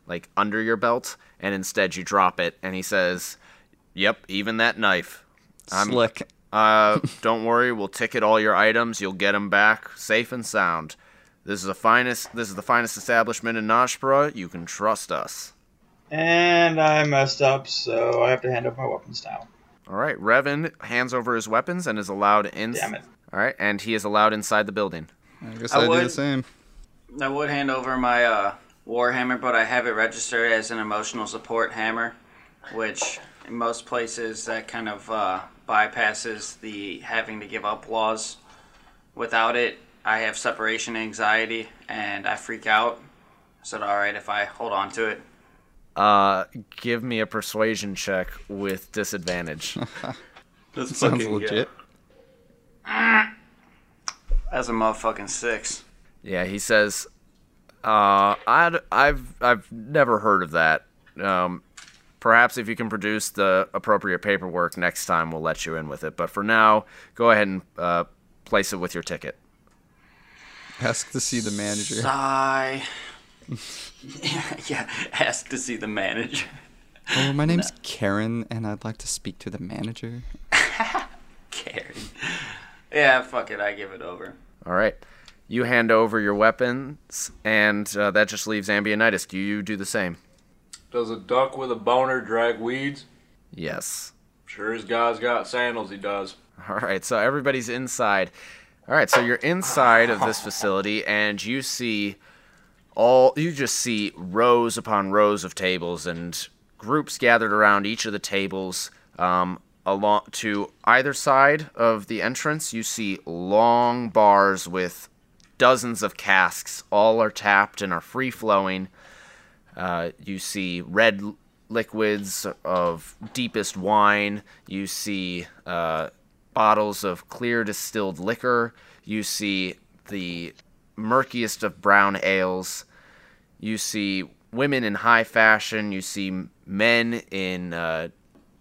S2: like under your belt, and instead you drop it. And he says, "Yep, even that knife. I'm-
S6: Slick.
S2: Uh, don't worry, we'll ticket all your items. You'll get 'em back safe and sound. This is the finest. This is the finest establishment in Nashpura. You can trust us."
S7: And I messed up, so I have to hand over my weapons now.
S2: All right, Revan hands over his weapons and is allowed in.
S7: Damn it.
S2: All right, and he is allowed inside the building.
S6: I guess
S4: I
S6: I, do the
S4: would-
S6: same.
S4: I would hand over my uh, Warhammer, but I have it registered as an emotional support hammer, which in most places that kind of uh, bypasses the having to give up laws. Without it, I have separation anxiety and I freak out. So, all right, if I hold on to it,
S2: Uh, give me a persuasion check with disadvantage.
S3: That's
S6: Sounds
S3: fucking- yeah.
S6: legit.
S4: that's a motherfucking six.
S2: yeah, he says, uh, I'd, I've, I've never heard of that. Um, perhaps if you can produce the appropriate paperwork next time, we'll let you in with it. But for now, go ahead and uh, place it with your ticket.
S6: Ask to see the manager.
S4: Sigh. yeah, ask to see the manager.
S6: Oh, my name's Karen, and I'd like to speak to the manager.
S4: Karen. Yeah, fuck it, I give it over.
S2: All right. You hand over your weapons, and uh, that just leaves Ambionitis. Do you do the same?
S3: Does a duck with a boner drag weeds?
S2: Yes.
S3: Sure as God's got sandals, he does.
S2: All right, so everybody's inside. All right, so you're inside of this facility and you see all you just see rows upon rows of tables and groups gathered around each of the tables um along to either side of the entrance you see long bars with dozens of casks all are tapped and are free flowing uh, you see red l- liquids of deepest wine. You see uh, bottles of clear distilled liquor. You see the murkiest of brown ales. You see women in high fashion. You see m- men in uh,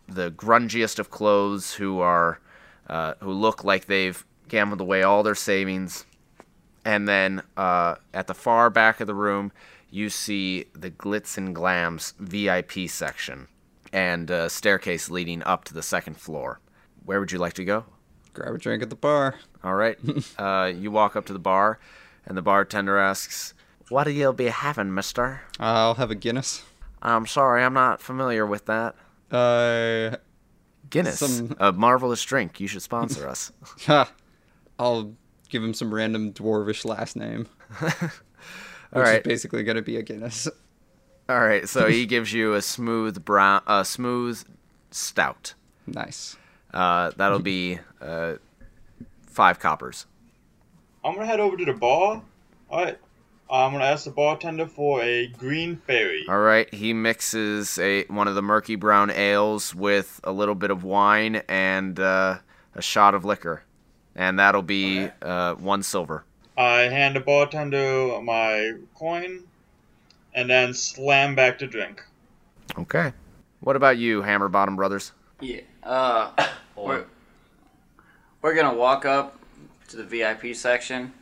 S2: the grungiest of clothes who are uh, who look like they've gambled away all their savings. And then uh, at the far back of the room, you see the glitz and glams VIP section and a staircase leading up to the second floor. Where would you like to go?
S6: Grab a drink at the bar.
S2: All right. uh, you walk up to the bar, and the bartender asks, What'll you be having, mister?
S6: I'll have a Guinness.
S2: I'm sorry, I'm not familiar with that.
S6: Uh,
S2: Guinness,
S6: Some-
S2: a marvelous drink. You should sponsor us.
S6: ha. I'll give him some random dwarvish last name,
S2: All
S6: which
S2: right.
S6: is basically gonna be a Guinness.
S2: All right. So he gives you a smooth brown, a smooth stout.
S6: Nice.
S2: Uh, that'll be uh, five coppers.
S7: I'm gonna head over to the bar. Alright. I'm gonna ask the bartender for a green fairy.
S2: All right, he mixes a one of the murky brown ales with a little bit of wine and uh, a shot of liquor, and that'll be uh, one silver.
S7: I hand the bartender my coin and then slam back to drink.
S2: Okay. What about you, Hammer Bottom Brothers?
S4: Yeah. Uh, we're, we're gonna walk up to the VIP section,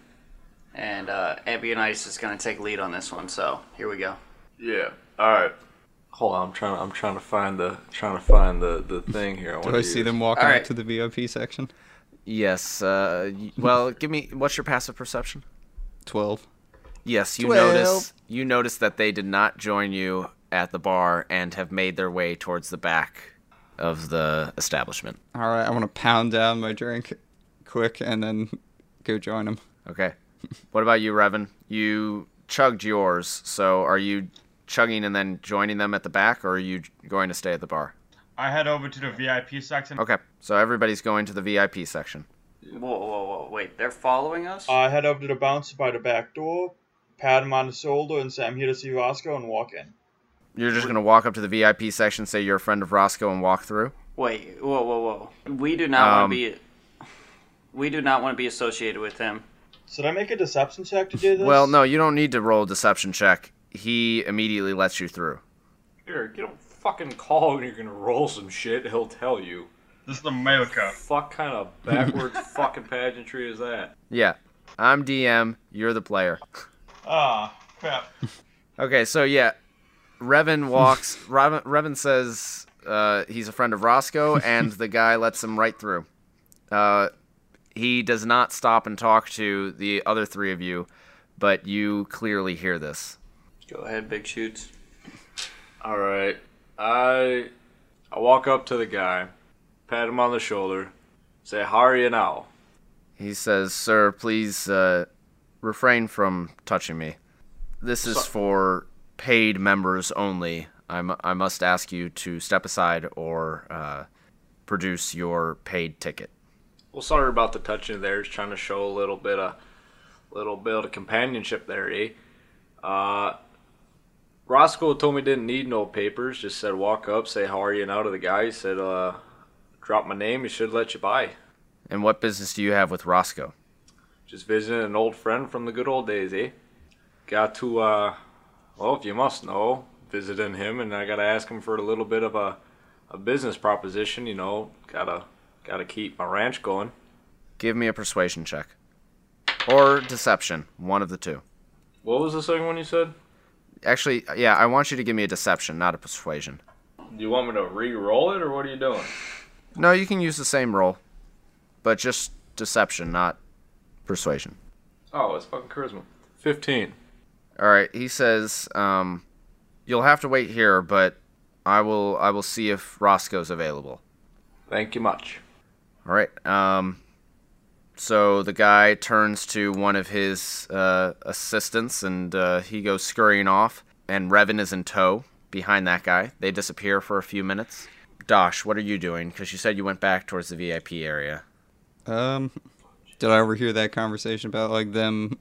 S4: and uh, Ambionitis is gonna take lead on this one. So here we go.
S3: Yeah. All right. Hold on. I'm trying. I'm trying to find the. Trying to find the the thing here.
S6: Do I see them walking
S4: Alright.
S6: up to the VIP section?
S2: Yes. Uh, y- well, give me what's your passive perception?
S6: Twelve.
S2: Yes, you
S6: Twelve.
S2: notice you notice that they did not join you at the bar and have made their way towards the back of the establishment.
S6: All right, I want to pound down my drink, quick, and then go join him.
S2: Okay. What about you, Revan? You chugged yours, so are you chugging and then joining them at the back, or are you going to stay at the bar?
S5: I head over to the VIP section.
S2: Okay, so everybody's going to the VIP section.
S4: Whoa, whoa, whoa! Wait, they're following us.
S5: Uh,
S7: I head over to the bouncer by the back door, pat him on the shoulder, and say, I'm here to see Roscoe, and walk in.
S2: You're just going to walk up to the VIP section, say you're a friend of Roscoe, and walk through?
S4: Wait, whoa, whoa, whoa! We do not
S2: Um,
S4: want to be. We do not want to be associated with him.
S7: Should I make a deception check to do this?
S2: Well, no, you don't need to roll a deception check. he immediately lets you through.
S3: Eric, you don't fucking call when you're gonna roll some shit. He'll tell you.
S5: This is America.
S3: Fuck kind of backwards fucking pageantry is that?
S2: Yeah. I'm DM, you're the player.
S5: Ah, crap.
S2: Okay, so yeah, Revan walks. Revan, Revan says uh, he's a friend of Roscoe, and the guy lets him right through. Uh, he does not stop and talk to the other three of you, but you clearly hear this.
S4: Go ahead, big shoots.
S3: All right, I I walk up to the guy, pat him on the shoulder, say how are you now?
S2: He says, "Sir, please uh, refrain from touching me. This is for paid members only. I mu- I must ask you to step aside or uh, produce your paid ticket."
S3: Well, sorry about the touching there. Just trying to show a little bit of little bit of companionship there, eh? Uh, Roscoe told me didn't need no papers. Just said walk up, say how are you now to the guy. He said uh, drop my name. He should let you by.
S2: And what business do you have with Roscoe?
S3: Just visiting an old friend from the good old days, eh? Got to, uh, well, if you must know, visiting him, and I gotta ask him for a little bit of a, a business proposition. You know, gotta, gotta keep my ranch going.
S2: Give me a persuasion check. Or deception, one of the two.
S3: What was the second one you said?
S2: Actually, yeah, I want you to give me a deception, not a persuasion.
S3: Do you want me to re-roll it, or what are you doing?
S2: No, you can use the same roll, but just deception, not persuasion.
S3: Oh, it's fucking charisma. Fifteen.
S2: All right, he says, um, "You'll have to wait here, but I will. I will see if Roscoe's available."
S3: Thank you much.
S2: All right. Um, so the guy turns to one of his uh, assistants, and uh, he goes scurrying off. And Revan is in tow behind that guy. They disappear for a few minutes. Dosh, what are you doing? Because you said you went back towards the VIP area.
S6: Um, did I overhear that conversation about like them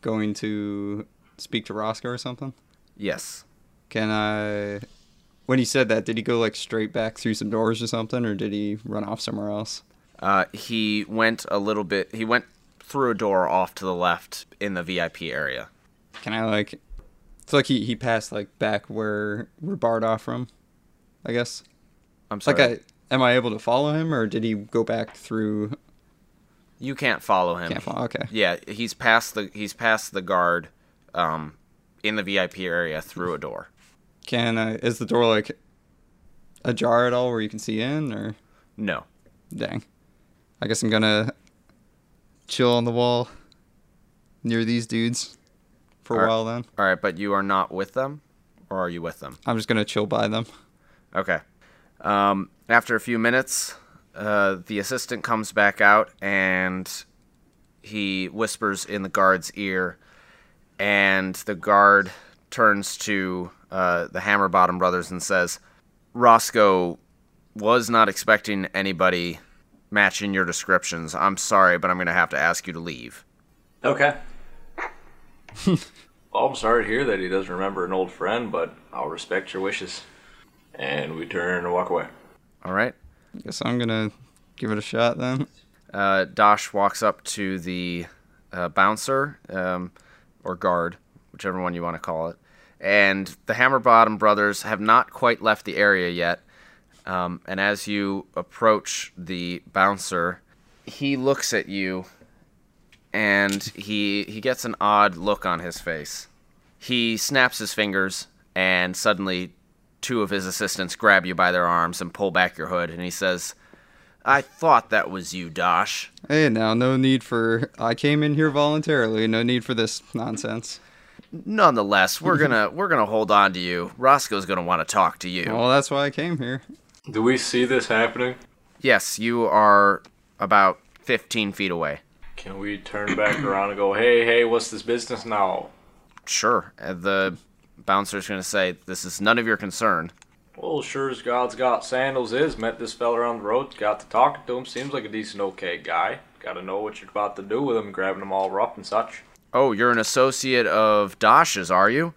S6: going to speak to Roscoe or something?
S2: Yes.
S6: Can I? When he said that, did he go like straight back through some doors or something, or did he run off somewhere else?
S2: Uh, he went a little bit. He went through a door off to the left in the VIP area.
S6: Can I like? It's like he he passed like back where we're barred off from. I guess.
S2: I'm sorry.
S6: Like I am I able to follow him, or did he go back through?
S2: you can't follow him.
S6: Can't follow. Okay.
S2: Yeah, he's past the he's past the guard, um, in the VIP area through a door.
S6: Can I? Is the door like ajar at all, where you can see in, or?
S2: No.
S6: Dang. I guess I'm gonna chill on the wall near these dudes for a
S2: Alright.
S6: while then.
S2: All right, but you are not with them, or are you with them?
S6: I'm just gonna chill by them.
S2: Okay. Um, after a few minutes, uh, the assistant comes back out and he whispers in the guard's ear, and the guard turns to uh, the Hammer Bottom brothers and says, Roscoe was not expecting anybody matching your descriptions. I'm sorry, but I'm going to have to ask you to leave.
S4: Okay.
S3: Well, I'm sorry to hear that he doesn't remember an old friend, but I'll respect your wishes. And we turn and walk away.
S2: All right?
S6: I guess I'm gonna give it a shot then.
S2: uh, Dosh walks up to the uh, bouncer um, or guard, whichever one you want to call it. And the Hammerbottom brothers have not quite left the area yet. Um, and as you approach the bouncer, he looks at you and he, he gets an odd look on his face. He snaps his fingers, and suddenly two of his assistants grab you by their arms and pull back your hood. And he says, I thought that was you, Dosh.
S6: Hey, now no need for. I came in here voluntarily. No need for this nonsense.
S2: Nonetheless, we're gonna we're gonna hold on to you. Roscoe's gonna want to talk to you.
S6: Well, that's why I came here.
S3: Do we see this happening?
S2: Yes, you are about fifteen feet away.
S3: Can we turn back around and go, hey, hey, what's this business now?
S2: Sure. Uh, The bouncer's gonna say, "This is none of your concern."
S3: Well, sure as God's got sandals is, met this fella on the road, got to talking to him, seems like a decent, okay guy. Gotta know what you're about to do with him, grabbing him all rough and such.
S2: Oh, you're an associate of Dosh's, are you?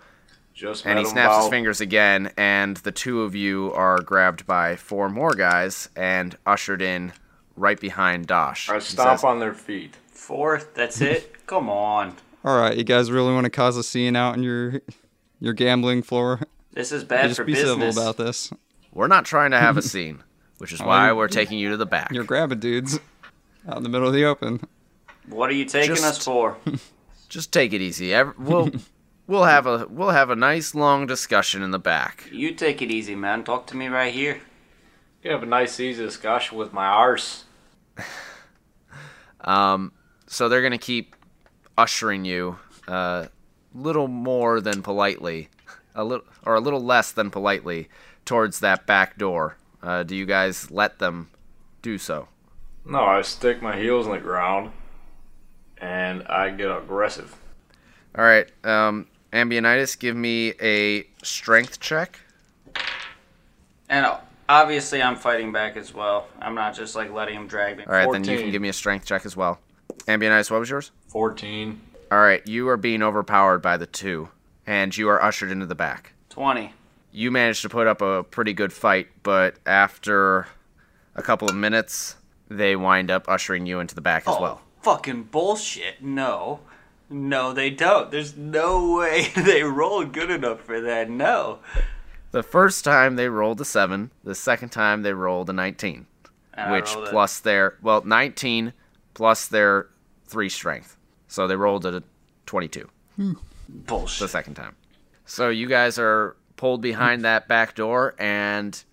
S3: Just
S2: And
S3: met
S2: he
S3: him
S2: snaps his
S3: about-
S2: fingers again, and the two of you are grabbed by four more guys and ushered in right behind Dosh.
S3: I
S2: He
S3: stomp
S2: says,
S3: on their feet.
S4: Fourth, that's it? Come on.
S6: All right, you guys really want to cause a scene out in your your gambling floor.
S4: This is bad
S6: just
S4: for
S6: be civil
S4: business.
S6: about this.
S2: We're not trying to have a scene, which is why
S6: you're-
S2: we're taking you to the back.
S6: You're grabbing dudes out in the middle of the open.
S4: What are you taking
S2: Just-
S4: us for?
S2: Just take it easy. Ev- We'll we'll have a we'll have a nice long discussion in the back.
S4: You take it easy, man. Talk to me right here.
S3: You have a nice, easy discussion with my arse.
S2: So they're gonna keep ushering you a little more than politely, a little or a little less than politely towards that back door. Uh, do you guys let them do so?
S3: No, I stick my heels in the ground, and I get aggressive.
S2: All right, um, Ambionitis, give me a strength check.
S4: And uh, obviously, I'm fighting back as well. I'm not just like letting him drag me.
S2: All right, then you can
S3: 14.
S2: give me a strength check as well. Ambionitis, what was yours?
S3: 14.
S2: All right, you are being overpowered by the two, and you are ushered into the back.
S4: 20.
S2: you managed to put up a pretty good fight, but after a couple of minutes, they wind up ushering you into the back as
S4: Oh.
S2: well.
S4: Fucking bullshit. No. No, they don't. There's no way they rolled good enough for that. No.
S2: The first time they rolled a 7, the second time they rolled a 19,
S4: And I
S2: which
S4: rolled a-
S2: plus their, well, 19 plus their 3 strength. So they rolled a 22 the
S4: bullshit.
S2: second time. So you guys are pulled behind that back door, and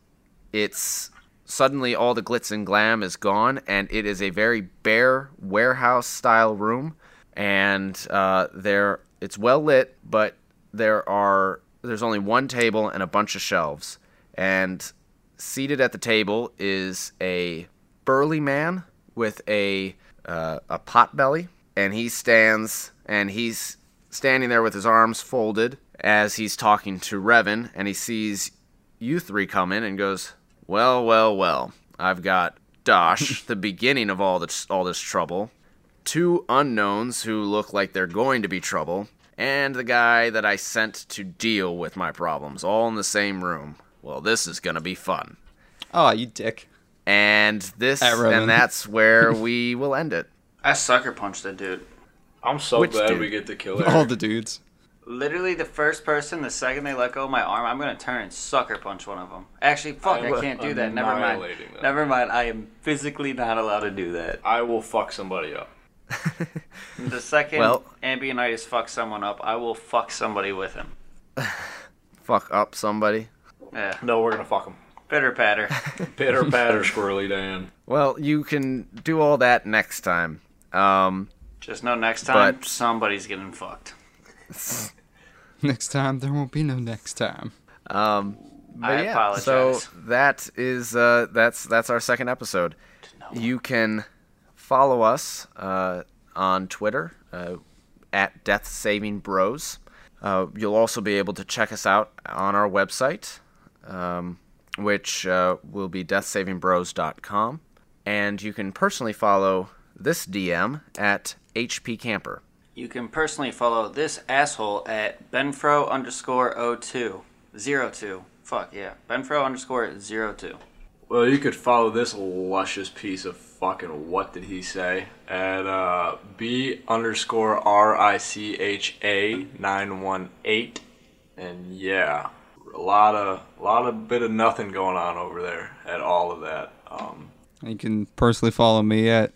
S2: it's suddenly all the glitz and glam is gone, and it is a very bare warehouse style room, and uh, there it's well lit, but there are there's only one table and a bunch of shelves, and seated at the table is a burly man with a uh, a pot belly, and he stands and he's standing there with his arms folded as he's talking to Revan, and he sees you three come in and goes, "Well, well, well. I've got Dosh, the beginning of all this all this trouble, two unknowns who look like they're going to be trouble, and the guy that I sent to deal with my problems, all in the same room. Well, this is going to be fun."
S6: Oh, you dick.
S2: And this
S6: At Revan.
S2: and that's where we will end it.
S4: I sucker punched the dude.
S3: I'm so
S2: Which
S3: glad
S2: dude?
S3: we get to kill Eric.
S6: All the dudes.
S4: Literally, the first person, the second they let go of my arm, I'm gonna turn and sucker punch one of them. Actually, fuck, I,
S3: I'm
S4: can't do that. Never mind.
S3: annihilating them.
S4: Never mind. I am physically not allowed to do that.
S3: I will fuck somebody up.
S4: The second
S2: Well-
S4: Ambionitis fucks someone up, I will fuck somebody with him.
S2: Fuck up somebody.
S4: Yeah.
S3: No, we're gonna fuck him.
S4: Pitter patter.
S3: Pitter patter, Squirrely Dan.
S2: Well, you can do all that next time. Um,
S4: Just know next time
S2: But-
S4: somebody's getting fucked.
S6: Next time, there won't be no next time.
S2: But
S4: I
S2: yeah,
S4: apologize.
S2: So that is uh, that's that's our second episode. You can follow us uh, on Twitter uh, at Death Saving Bros. Uh, you'll also be able to check us out on our website, um, which uh, will be deathsavingbros.com, and you can personally follow this DM at HP Camper.
S4: You can personally follow this asshole at Benfro underscore 02. 02. Fuck yeah. Benfro underscore 02.
S3: Well, you could follow this luscious piece of fucking what did he say at uh, B underscore R I C H A nine one eight, and yeah, a lot of lot of bit of nothing going on over there at all of that. Um,
S6: You can personally follow me at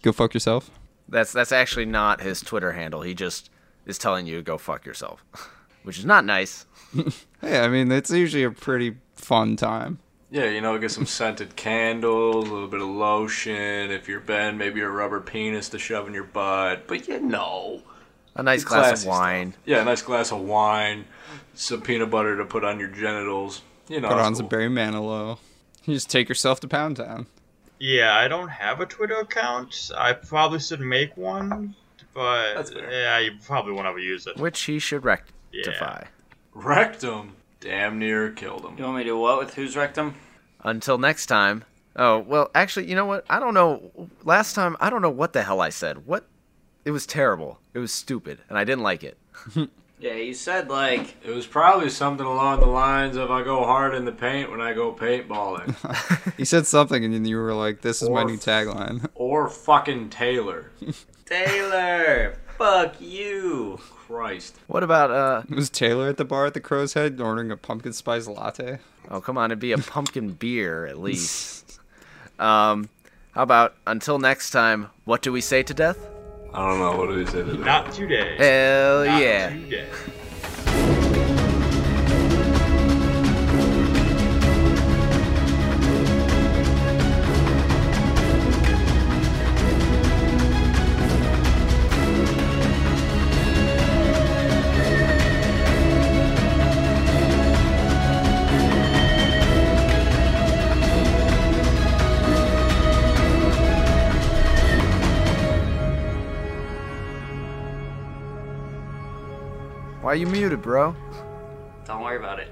S6: Go Fuck Yourself.
S2: That's that's actually not his Twitter handle. He just is telling you to go fuck yourself, which is not nice.
S6: Yeah, I mean, it's usually a pretty fun time.
S3: yeah, you know, get some scented candles, a little bit of lotion. If you're Ben, maybe a rubber penis to shove in your butt. But you know,
S2: A nice glass
S3: classy
S2: of
S3: stuff.
S2: wine.
S3: yeah, a nice glass of wine, some peanut butter to put on your genitals. You know,
S6: Put
S3: it's
S6: on some
S3: cool.
S6: Barry Manilow. You just take yourself to Pound Town.
S7: Yeah, I don't have a Twitter account. I probably should make one, but
S3: That's fair.
S7: yeah, you probably won't ever use it.
S2: Which he should rectify.
S3: Wrecked him. Damn near killed him.
S4: You want me to do what with whose rectum?
S2: Until next time. Oh, well, actually, you know what? I don't know. Last time, I don't know what the hell I said. What? It was terrible. It was stupid, and I didn't like it.
S4: Yeah, you said like.
S3: It was probably something along the lines of I go hard in the paint when I go paintballing.
S6: He said something, and then you were like, "This is my
S3: Or-
S6: new tagline."
S3: or fucking Taylor.
S4: Taylor!
S8: Fuck you.
S3: Christ.
S9: What about uh?
S6: Was Taylor at the bar at the Crow's Head ordering a pumpkin spice latte?
S9: Oh come on, it'd be a pumpkin beer at least. Um, how about until next time? What do we say to death?
S3: I don't know. What do we say to that?
S10: Not today.
S5: Eh,
S9: Hell
S10: Not
S9: yeah.
S10: Today.
S9: Why you muted, bro?
S8: Don't worry about it.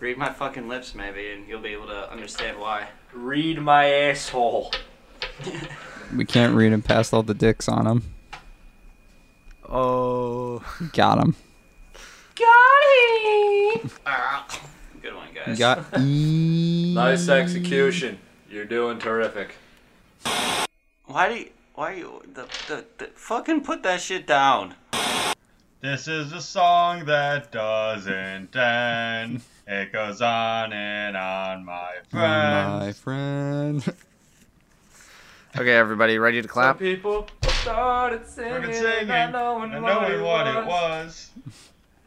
S8: Read my fucking lips, maybe, and you'll be able to understand why.
S7: Read my asshole.
S6: We can't read him past all the dicks on him.
S9: Oh.
S6: Got him.
S8: Good one, guys.
S6: Got e.
S3: Nice execution. You're doing terrific.
S8: why do you. Why you. The, the, the, fucking put that shit down.
S5: This is a song that doesn't end. It goes on and on, my friend.
S6: My friend.
S9: Okay, everybody, ready to clap?
S3: people started
S5: Fucking singing, and knowing what it was.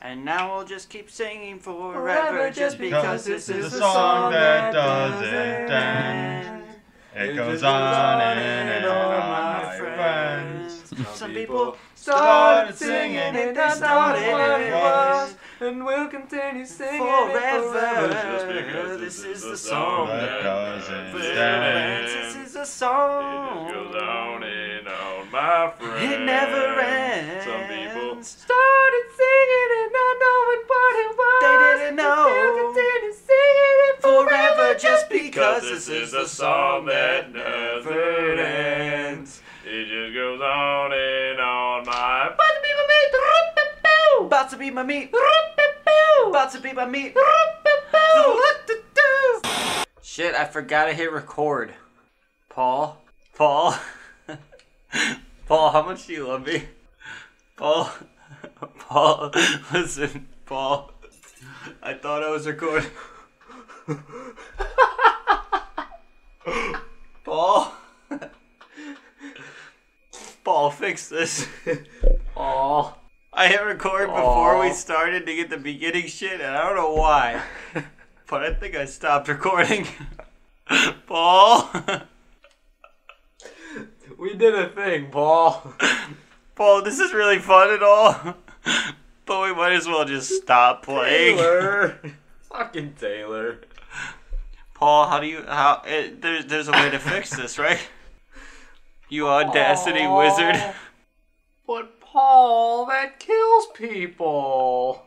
S8: And now we'll just keep singing forever, just because this is
S5: a
S8: the
S5: song
S8: song
S5: that
S8: that
S5: doesn't
S8: doesn't
S5: end.
S8: end.
S5: It goes on and on, my friends.
S8: Some people
S5: started
S8: started
S5: singing
S8: singing
S5: and
S8: and
S5: they
S8: they
S5: started
S8: started it
S5: was.
S8: was
S7: And we'll continue singing
S8: forever. This is the song
S5: That
S8: that
S5: doesn't end.
S8: ends. This is the song.
S3: and on, my friend.
S8: It never ends.
S7: Started singing and not knowing what it was.
S8: They didn't
S7: But We'll
S8: know.
S7: continue singing it
S8: forever just because this is the song that
S3: never ends. It just goes on and on, my
S7: About to be my meat. Root-a-boo.
S8: About to
S7: Root-a-boo.
S8: be my meat. About to be my meat.
S7: Root-a-boo.
S8: Shit, I forgot to hit record. Paul? Paul? Paul, how much do you love me? Paul? Paul, listen, Paul. I thought I was recording. Paul? Paul, fix this. Paul. I hit record before we started to get the beginning shit, and I don't know why but I think I stopped recording. Paul,
S7: We did a thing, Paul.
S8: Paul, this is really fun at all, but we might as well just stop playing.
S7: Taylor. Fucking Taylor.
S8: Paul, how do you how? It, there's there's a way to fix this, right? You audacity wizard,
S7: But Paul, that kills people.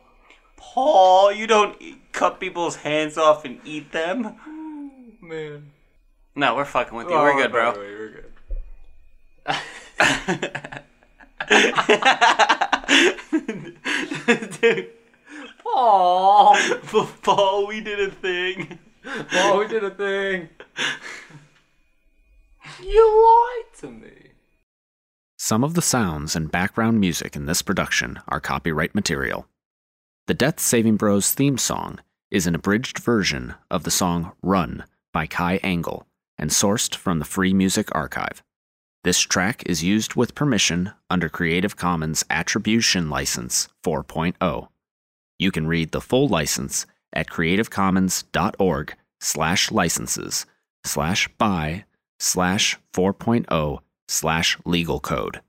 S8: Paul, you don't e- cut people's hands off and eat them.
S7: Man.
S8: No, we're fucking with you.
S3: Oh,
S8: We're good, bro.
S7: We're good.
S8: Dude,
S7: Paul.
S8: Paul, we did a thing.
S7: Paul, Oh, we did a thing. You lied to me.
S2: Some of the sounds and background music in this production are copyright material. The Death Saving Bros theme song is an abridged version of the song Run by Kai Angle and sourced from the Free Music Archive. This track is used with permission under Creative Commons Attribution License 4.0. You can read the full license at creativecommons.org slash licenses oh slash buy slash 4.0 slash legal code.